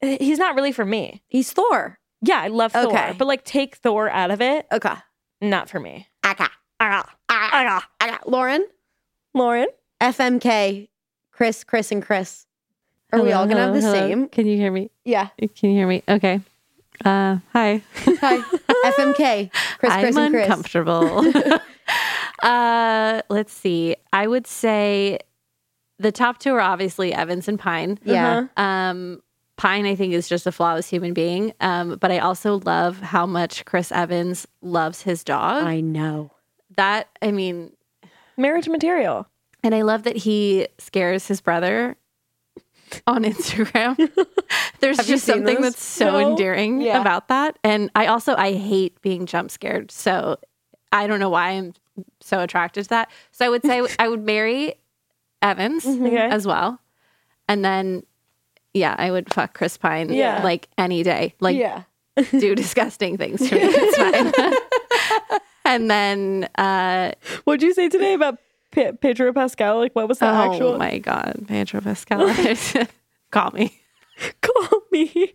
S1: eh, he's not really for me.
S5: He's Thor.
S1: Yeah, I love
S5: Okay.
S1: Thor, but like take Thor out of it,
S5: Okay.
S1: not for me.
S5: Aka.
S1: Ah, ah.
S5: Aka. Lauren?
S1: Lauren?
S5: FMK. Chris, Chris, and Chris. Are we all going to have the same?
S2: Uh-huh. Can you hear me?
S5: Yeah.
S2: Can you hear me? Okay. Uh, hi.
S5: Hi. FMK. Chris, Chris,
S2: I'm
S5: and Chris.
S2: uncomfortable. uh, let's see. I would say the top two are obviously Evans and Pine.
S5: Yeah.
S2: Um, Pine, I think, is just a flawless human being. Um, but I also love how much Chris Evans loves his dog.
S5: I know.
S2: that, I mean,
S1: Marriage material.
S2: and I love that he scares his brother on Instagram. There's
S5: Have you
S2: just
S5: seen
S2: something
S5: those?
S2: that's so
S1: No.
S2: endearing
S1: Yeah.
S2: about that. And I also I hate being jump scared. So I don't know why I'm so attracted to that. So I would say I would marry Evans
S1: Mm-hmm. Okay.
S2: as well. And then yeah, I would fuck Chris Pine
S1: Yeah.
S2: like any day. Like
S1: yeah.
S2: do disgusting things to me. It's fine. and then uh
S1: What'd you say today about P- Pedro Pascal? Like, what was the
S2: oh
S1: actual?
S2: my god, Pedro Pascal. Call me.
S1: Call me.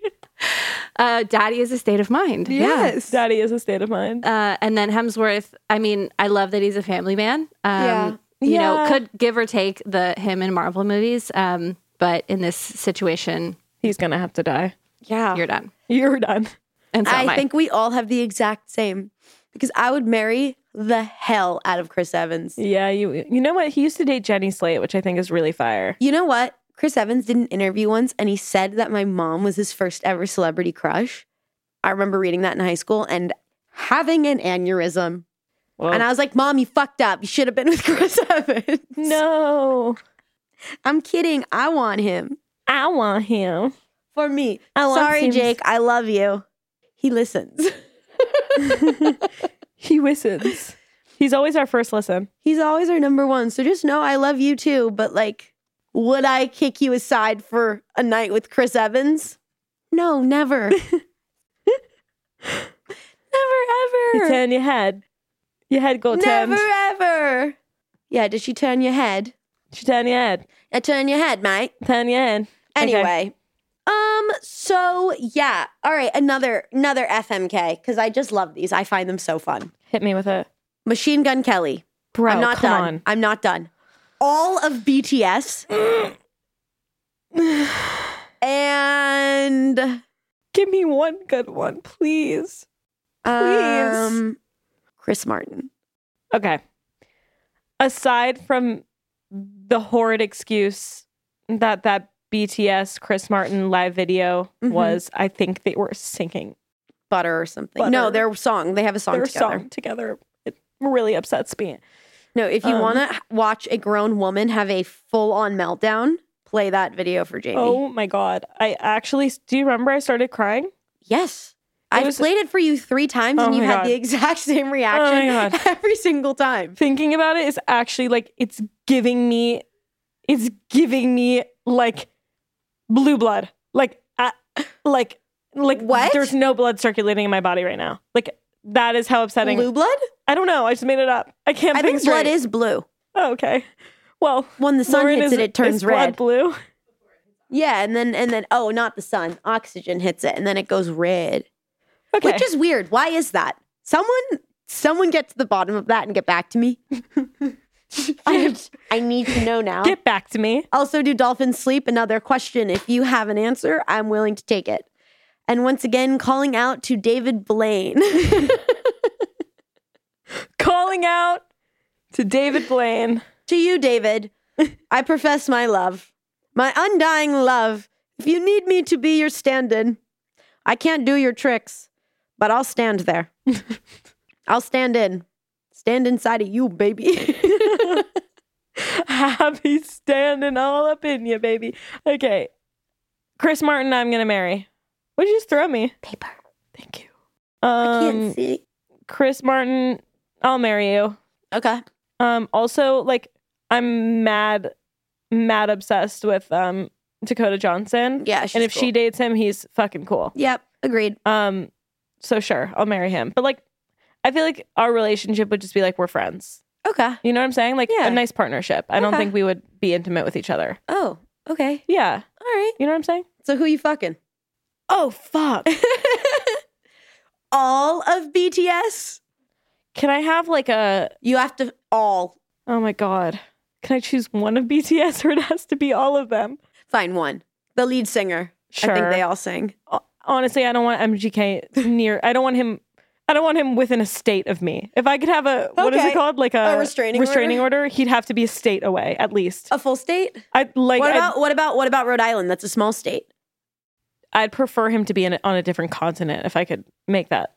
S2: Uh, Daddy is a state of mind.
S5: Yes.
S1: Daddy is a state of mind.
S2: Uh, and then Hemsworth. I mean, I love that he's a family man. Um,
S5: Yeah.
S2: You know,
S1: Yeah.
S2: could give or take the him in Marvel movies. Um, but in this situation,
S1: He's gonna have to die.
S5: Yeah.
S2: you're done.
S1: You're done.
S2: And so
S5: I
S2: am Oh. I.
S5: think we all have the exact same because I would marry the hell out of Chris Evans.
S1: Yeah, you. You know what? He used to date Jenny Slate, which I think is really fire.
S5: You know what? Chris Evans did an interview once and he said that my mom was his first ever celebrity crush. I remember reading that in high school and having an aneurysm.
S1: Well,
S5: And I was like, Mom, you fucked up. You should have been with Chris Evans.
S1: no,
S5: I'm kidding. I want him
S1: I want him.
S5: for me.
S1: I want
S5: Sorry,
S1: him.
S5: Jake. I love you. He listens.
S1: He listens. He's always our first listen.
S5: He's always our number one. So just know I love you too. But like, would I kick you aside for a night with Chris Evans? No, never. never
S1: You
S5: ever.
S1: turn your head. Your head go
S5: Never
S1: turned.
S5: ever. Yeah, did she turn your head?
S1: You turn your head.
S5: I turn your head, mate.
S1: Turn your head. Okay.
S5: Anyway. Um, so yeah. All right, another another FMK, because I just love these. I find them so fun.
S1: Hit me with it,
S5: Machine Gun Kelly.
S1: bro.
S5: I'm not
S1: come
S5: done.
S1: on.
S5: I'm not done. All of BTS and
S1: Give me one good one, please.
S5: um, Chris Martin.
S1: Okay. Aside from the horrid excuse that that BTS Chris Martin live video
S5: Mhm.
S1: was, I think they were singing
S5: Butter or something.
S1: Butter.
S5: No, their song. They have a song
S1: their
S5: together.
S1: song together. It really upsets me.
S5: No, if you
S1: Um,
S5: want to watch a grown woman have a full on meltdown, play that video for Jamie.
S1: Oh my god! I actually do you remember I started crying?
S5: yes.
S1: It
S5: I've
S1: was-
S5: played it for you three times and
S1: Oh
S5: you
S1: my
S5: had
S1: God.
S5: the exact same
S1: Oh
S5: reaction
S1: my God.
S5: every single time.
S1: Thinking about it is actually like it's giving me, it's giving me like blue blood, like uh, like like
S5: What?
S1: There's no blood circulating in my body right now. Like that is how upsetting
S5: Blue blood?
S1: I don't know. I just made it up. I can't
S5: I
S1: think
S5: think blood
S1: straight.
S5: is blue.
S1: Oh, okay. Well,
S5: When the sun
S1: Lauren
S5: hits
S1: is-
S5: it, it turns
S1: is blood
S5: red.
S1: blue.
S5: Yeah, and then and then oh, not the sun. Oxygen hits it, and then it goes red,
S1: Okay.
S5: which is weird. Why is that? Someone, someone get to the bottom of that and get back to me. I, I need to know now.
S1: Get back to me.
S5: Also, do dolphins sleep? Another question. If you have an answer, I'm willing to take it. And once again, calling out to David Blaine.
S1: Calling out to David Blaine.
S5: to you, David, I profess my love, my undying love. If you need me to be your stand in, I can't do your tricks, but I'll stand there. I'll stand in. Stand inside of you, baby.
S1: Happy standing all up in you, baby. Okay. Chris Martin, I'm gonna marry. What'd you just throw me? Paper. Thank you. Um,
S5: can't see.
S1: Chris Martin, I'll marry you.
S5: Okay.
S1: Um, also, like, I'm mad, mad obsessed with um Dakota Johnson.
S5: Yeah. she's
S1: and if she
S5: cool.
S1: dates him, he's fucking cool.
S5: Yep. Agreed.
S1: Um, so sure, I'll marry him. But like, I feel like our relationship would just be like we're friends.
S5: Okay.
S1: You know what I'm saying? Like
S5: Yeah.
S1: a nice partnership. I don't
S5: Okay.
S1: think we would be intimate with each other.
S5: Oh, okay.
S1: Yeah.
S5: All right.
S1: You know what I'm saying?
S5: So who you fucking?
S1: Oh fuck.
S5: all of BTS?
S1: Can I have like a
S5: You have to all
S1: oh my god. Can I choose one of BTS or it has to be all of them?
S5: find one. The lead singer.
S1: Sure.
S5: I think they all sing.
S1: Honestly, I don't want MGK near I don't want him I don't want him within a state of me. If I could have a what is
S5: Okay.
S1: it called? Like a,
S5: A restraining
S1: restraining order? he'd have to be a state away at least.
S5: A full state?
S1: I'd like
S5: what
S1: I'd-
S5: about what about what about Rhode Island? That's a small state.
S1: I'd prefer him to be in a, on a different continent if I could make that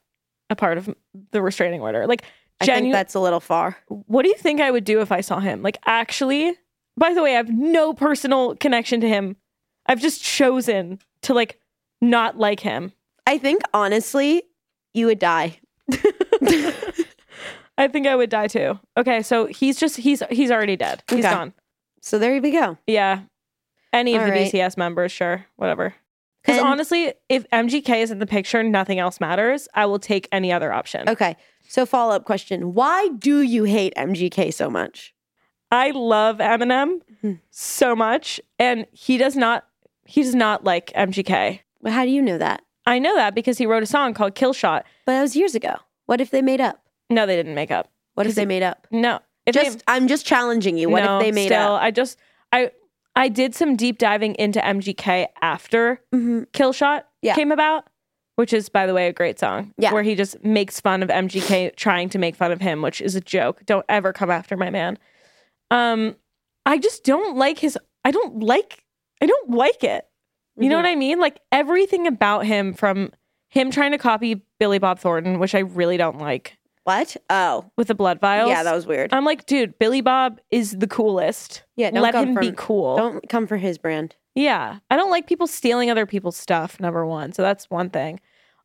S1: a part of the restraining order. Like,
S5: I think
S1: genu-
S5: that's a little far.
S1: what do you think I would do if I saw him? Like, actually, by the way, I have no personal connection to him. I've just chosen to like not like him.
S5: I think honestly, you would die.
S1: I think I would die too. Okay, so he's just he's he's already dead. He's
S5: Okay.
S1: gone.
S5: So there we go.
S1: Yeah. Any of
S5: All
S1: the
S5: right.
S1: BTS members, sure, whatever. Because
S5: And-
S1: honestly, if MGK is in the picture, nothing else matters. I will take any other option.
S5: Okay. So follow up question: Why do you hate MGK so much?
S1: I love Eminem
S5: Mhm.
S1: so much, and he does not. He does not like MGK.
S5: Well, How do you know that?
S1: I know that because he wrote a song called "Kill Shot."
S5: But that was years ago. What if they made up?
S1: No, they didn't make up.
S5: What if
S1: Is it-
S5: they made up?
S1: No, if
S5: just I'm just challenging you.
S1: they,
S5: What
S1: no,
S5: if they made
S1: still,
S5: up?
S1: I just I I did some deep diving into MGK after
S5: Mhm.
S1: "Kill Shot"
S5: Yeah.
S1: came about, which is by the way a great song.
S5: Yeah.
S1: where he just makes fun of MGK trying to make fun of him, which is a joke. Don't ever come after my man. Um, I just don't like his. I don't like. I don't like it. You
S5: Mm-hmm.
S1: know what I mean? Like everything about him from him trying to copy Billy Bob Thornton, which I really don't like,
S5: What? Oh,
S1: with the blood vials.
S5: yeah, that was weird.
S1: I'm like, dude, Billy Bob is the coolest.
S5: yeah, don't
S1: Let
S5: come
S1: him
S5: from,
S1: be cool.
S5: Don't come for his brand.
S1: Yeah. I don't like people stealing other people's stuff, number one. So that's one thing.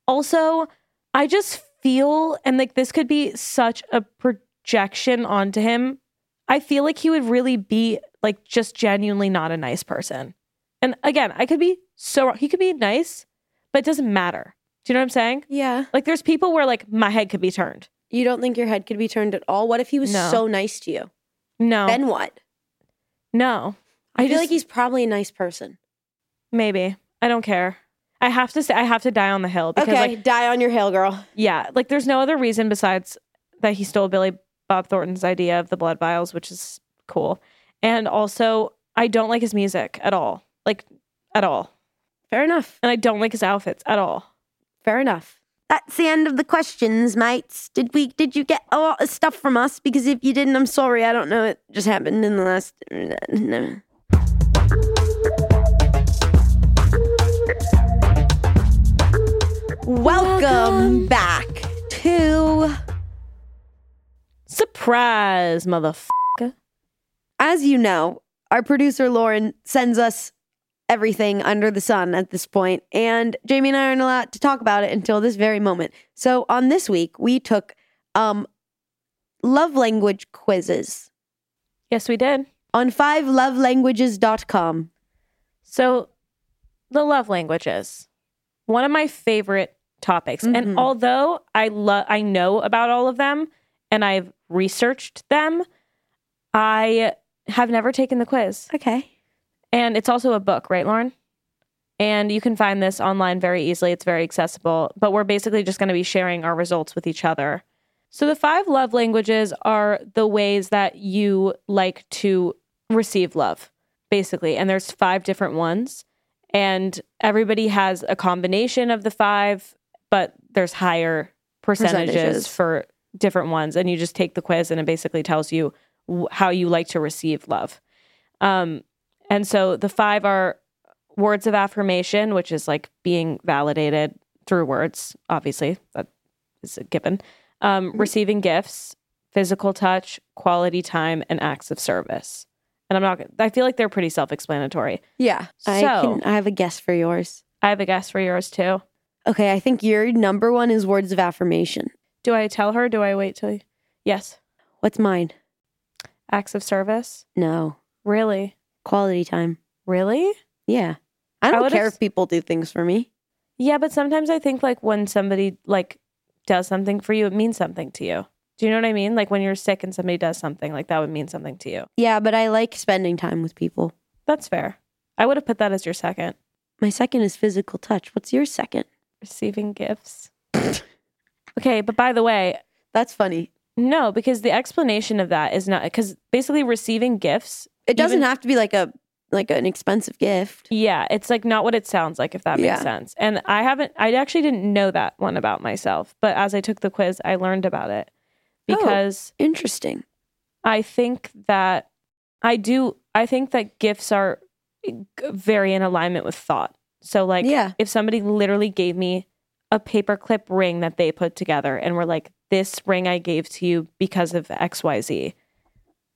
S1: Also, I just feel, and like this could be such a projection onto him. I feel like he would really be like just genuinely not a nice person. And again, I could be so wrong. He could be nice, but it doesn't matter. Do you know what I'm saying?
S5: Yeah.
S1: Like there's people where like my head could be turned.
S5: You don't think your head could be turned at all? What if he was
S1: No.
S5: so nice to you?
S1: No.
S5: Then what?
S1: no.
S5: I, feel
S1: just-
S5: like he's probably a nice person.
S1: maybe. I don't care. I have to say I have to die on the hill because like
S5: die on your hill, girl.
S1: Yeah, like there's no other reason besides that he stole Billy Bob Thornton's idea of the blood vials, which is cool. And also, I don't like his music at all. Like at all.
S5: Fair enough.
S1: And I don't like his outfits at all.
S5: Fair enough. That's the end of the questions, mates. Did we? Did you get a lot of stuff from us? Because if you didn't, I'm sorry. I don't know. It just happened in the last. No. Welcome, back to,
S1: Surprise, motherfucker.
S5: as you know, our producer Lauren sends us everything under the sun at this point, and Jamie and I aren't allowed to talk about it until this very moment. So on this week, we took um, love language quizzes
S1: Yes, we did.
S5: on 5lovelanguages.com.
S1: So the love languages. One of my favorite topics.
S5: Mhm.
S1: And although I love I know about all of them and I've researched them, I have never taken the quiz.
S5: Okay.
S1: And it's also a book, right, Lauren? And you can find this online very easily. It's very accessible, but we're basically just going to be sharing our results with each other. So, the five love languages are the ways that you like to receive love, basically. And there's five different ones. And everybody has a combination of the five, but there's higher percentages,
S5: Percentages.
S1: for different ones. And you just take the quiz and it basically tells you w- how you like to receive love. Um, and so the five are words of affirmation, which is like being validated through words, obviously, that is a given. Um, receiving gifts, physical touch, quality time, and acts of service. And I'm not, I feel like they're pretty self explanatory.
S5: Yeah. I
S1: So-
S5: can I have a guess for yours.
S1: I have a guess for yours too.
S5: Okay, I think your number one is words of affirmation.
S1: Do I tell her? Do I wait till you? Yes.
S5: What's mine?
S1: Acts of service?
S5: No.
S1: Really?
S5: Quality time.
S1: Really?
S5: Yeah. I
S1: I
S5: don't
S1: would've
S5: care
S1: s-
S5: if people do things for me.
S1: Yeah, but sometimes I think like when somebody like does something for you, it means something to you. Do you know what I mean? Like when you're sick and somebody does something, like that would mean something to you.
S5: Yeah, but I like spending time with people.
S1: That's fair. I would have put that as your second.
S5: My second is physical touch. What's your second?
S1: Receiving gifts. okay, but by the way,
S5: That's funny.
S1: no, because the explanation of that is not because basically receiving gifts,
S5: It doesn't
S1: Even-
S5: have to be like a like an expensive gift.
S1: yeah, it's like not what it sounds like, if that makes
S5: Yeah.
S1: sense. And I haven't, I actually didn't know that one about myself, but as I took the quiz, I learned about it
S5: Oh.
S1: because
S5: Interesting.
S1: I think that I do. I think that gifts are eh, very in alignment with thought. So, like,
S5: Yeah.
S1: if somebody literally gave me a paperclip ring that they put together and were like, this ring I gave to you because of XYZ,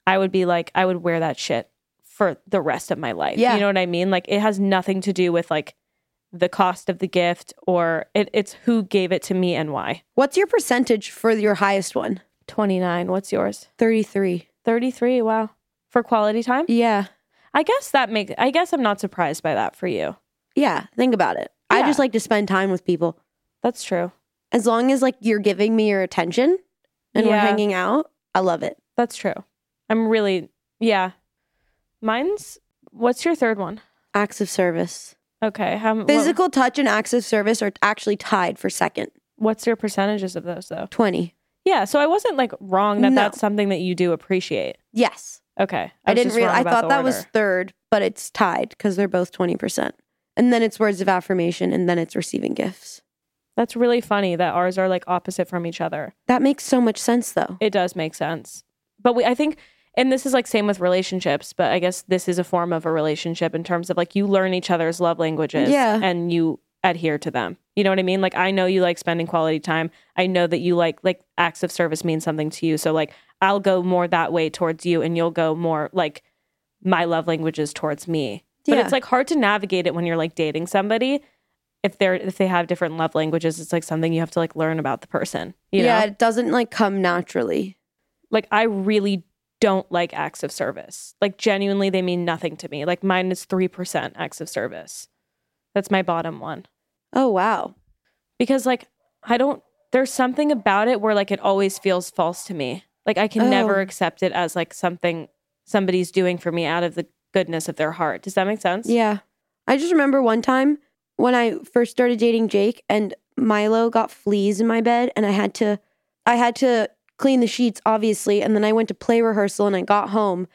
S1: I would be like, I would wear that shit for the rest of my life.
S5: Yeah.
S1: You know what I mean? Like, it has nothing to do with like the cost of the gift or it, it's who gave it to me and why.
S5: What's your percentage for your highest one?
S1: 29. What's yours?
S5: 33.
S1: 33. Wow. For quality time?
S5: Yeah.
S1: I guess that makes. I guess I'm not surprised by that for you.
S5: Yeah, think about it. I
S1: Yeah.
S5: just like to spend time with people.
S1: That's true.
S5: As long as like you're giving me your attention and we're
S1: Yeah.
S5: hanging out, I love it.
S1: That's true. I'm really. Yeah. Mine's. What's your third one?
S5: Acts of service.
S1: Okay. How what-
S5: Physical touch and acts of service are actually tied for second.
S1: what's your percentages of those though?
S5: 20.
S1: Yeah. So I wasn't like wrong that
S5: No.
S1: that's something that you do appreciate.
S5: Yes.
S1: Okay.
S5: I,
S1: was
S5: didn't
S1: just
S5: real
S1: wrong
S5: I
S1: about
S5: thought
S1: the
S5: that was
S1: order.
S5: third, but it's tied cuz they're both 20%. And then it's words of affirmation and then it's receiving gifts.
S1: That's really funny that ours are like opposite from each other.
S5: That makes so much sense though.
S1: It does make sense. But we, I think, and this is like same with relationships, but I guess this is a form of a relationship in terms of like you learn each other's love languages
S5: Yeah.
S1: and you adhere to them. You know what I mean? Like I know you like spending quality time. I know that you like like acts of service mean something to you. So like I'll go more that way towards you and you'll go more like my love languages towards me. But
S5: Yeah.
S1: it's like hard to navigate it when you're like dating somebody if they're if they have different love languages, it's like something you have to like learn about the person. You know?
S5: yeah, it doesn't like come naturally.
S1: like I really don't like acts of service. Like genuinely they mean nothing to me. Like mine is 3% acts of service. That's my bottom one.
S5: Oh wow.
S1: Because like I don't there's something about it where like it always feels false to me. Like I can never
S5: Oh.
S1: accept it as like something somebody's doing for me out of the goodness of their heart. Does that make sense?
S5: Yeah. I just remember one time when I first started dating Jake and Milo got fleas in my bed and I had to I had to clean the sheets obviously and then I went to play rehearsal and I got home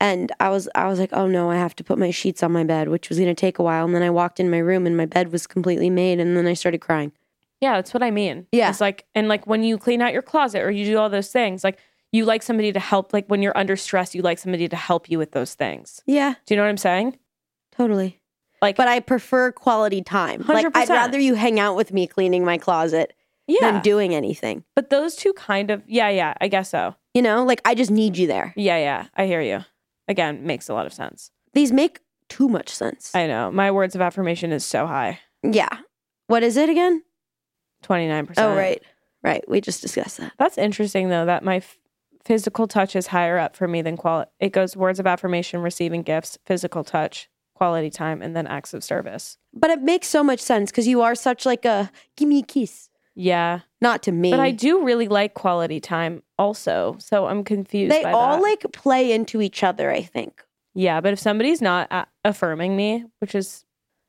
S5: and I was I was like, "Oh no, I have to put my sheets on my bed," which was going to take a while. And then I walked in my room and my bed was completely made and then I started crying.
S1: Yeah, that's what I mean.
S5: Yeah.
S1: It's like, and like when you clean out your closet or you do all those things, like you like somebody to help, like when you're under stress, you like somebody to help you with those things.
S5: Yeah,
S1: Do you know what I'm saying?
S5: totally.
S1: Like-
S5: but I prefer quality time. Like I'd
S1: 100%.
S5: rather you hang out with me cleaning my closet
S1: Yeah.
S5: than doing anything.
S1: but those two kind of, yeah, yeah, I guess so.
S5: You know, like I just need you there.
S1: Yeah, yeah, I hear you. Again, makes a lot of sense.
S5: These make too much sense.
S1: I know. My words of affirmation is so high
S5: Yeah. What is it again?
S1: 29%.
S5: Oh, right. Right. We just discussed that.
S1: That's interesting, though, that my f- physical touch is higher up for me than quality. It goes words of affirmation, receiving gifts, physical touch, quality time, and then acts of service.
S5: But it makes so much sense because you are such like a give me a kiss.
S1: Yeah.
S5: Not to me.
S1: But I do really like quality time also. So I'm confused.
S5: they
S1: by
S5: all
S1: that.
S5: like play into each other, I think.
S1: Yeah, but if somebody's not uh, affirming me, which is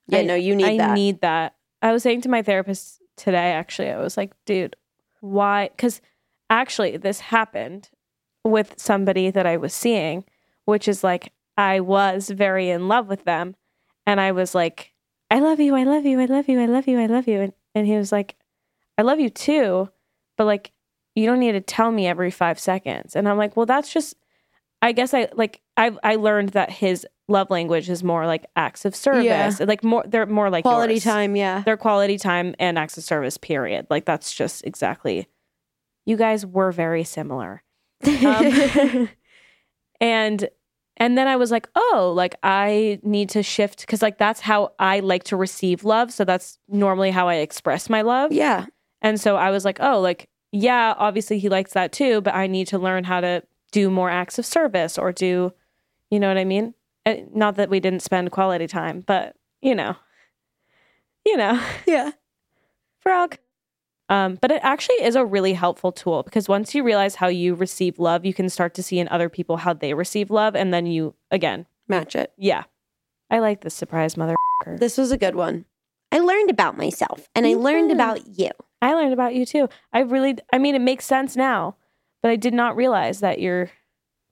S5: Yeah,
S1: I-
S5: no, you need
S1: I
S5: that.
S1: need that. I was saying to my therapist today, actually, I was like, dude, why? Because actually, this happened with somebody that I was seeing, which is like, I was very in love with them. And I was like, I love you. I love you. I love you. I love you. I love you. And, and he was like, I love you too. But like, you don't need to tell me every five seconds. And I'm like, well, that's just, I guess I like, I, I learned that his love language is more like acts of service. Like more, they're more like
S5: Quality
S1: yours
S5: time, yeah.
S1: their quality time and acts of service period like that's just exactly you guys were very similar um, and and then i was like oh like i need to shift because like that's how i like to receive love so that's normally how i express my love
S5: yeah.
S1: and so i was like oh like yeah obviously he likes that too but i need to learn how to do more acts of service or do you know what i mean And not that we didn't spend quality time but you know you know
S5: Yeah.
S1: frog. Um, but it actually is a really helpful tool because once you realize how you receive love, you can start to see in other people how they receive love. And then you, again,
S5: Match it.
S1: yeah. I like the surprise mother. f***er.
S5: This was a good one. I learned about myself and I learned
S1: Yeah.
S5: about you.
S1: I learned about you too. I really, I mean, it makes sense now, but I did not realize that your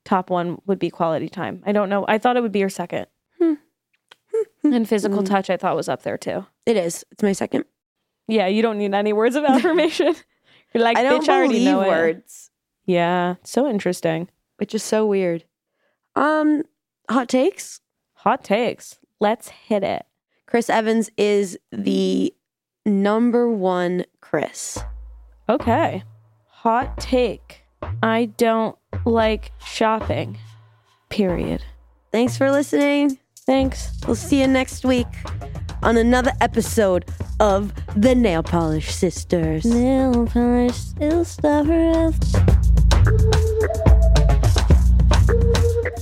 S1: top one would be quality time. I don't know. I thought it would be your second.
S5: Hmm.
S1: And physical
S5: Hmm.
S1: touch, I thought was up there too.
S5: It is. It's my second.
S1: Yeah, you don't need any words of affirmation. You're like,
S5: I don't
S1: bitch, I already
S5: believe
S1: know it."
S5: words,
S1: Yeah, so interesting.
S5: which is so weird. Um, hot takes.
S1: Hot takes. Let's hit it.
S5: Chris Evans is the number one Chris.
S1: Okay. Hot take. I don't like shopping. Period.
S5: Thanks for listening.
S1: Thanks.
S5: We'll see you next week on another episode of The Nail Polish Sisters.
S6: Nail polish still stubborn.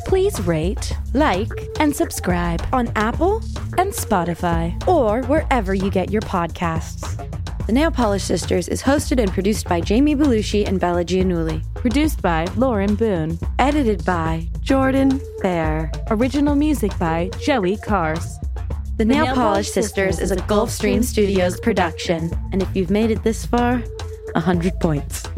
S2: Please rate, like, and subscribe on Apple and Spotify or wherever you get your podcasts.
S7: The Nail Polish Sisters is hosted and produced by Jamie Belushi and Bella Gianulli.
S2: Produced by Lauren Boone.
S7: Edited by Jordan Fair.
S2: Original music by Joey Cars.
S7: The, Nail, Polish Sisters, is a Gulfstream Studios production. And if you've made it this far, 100 points.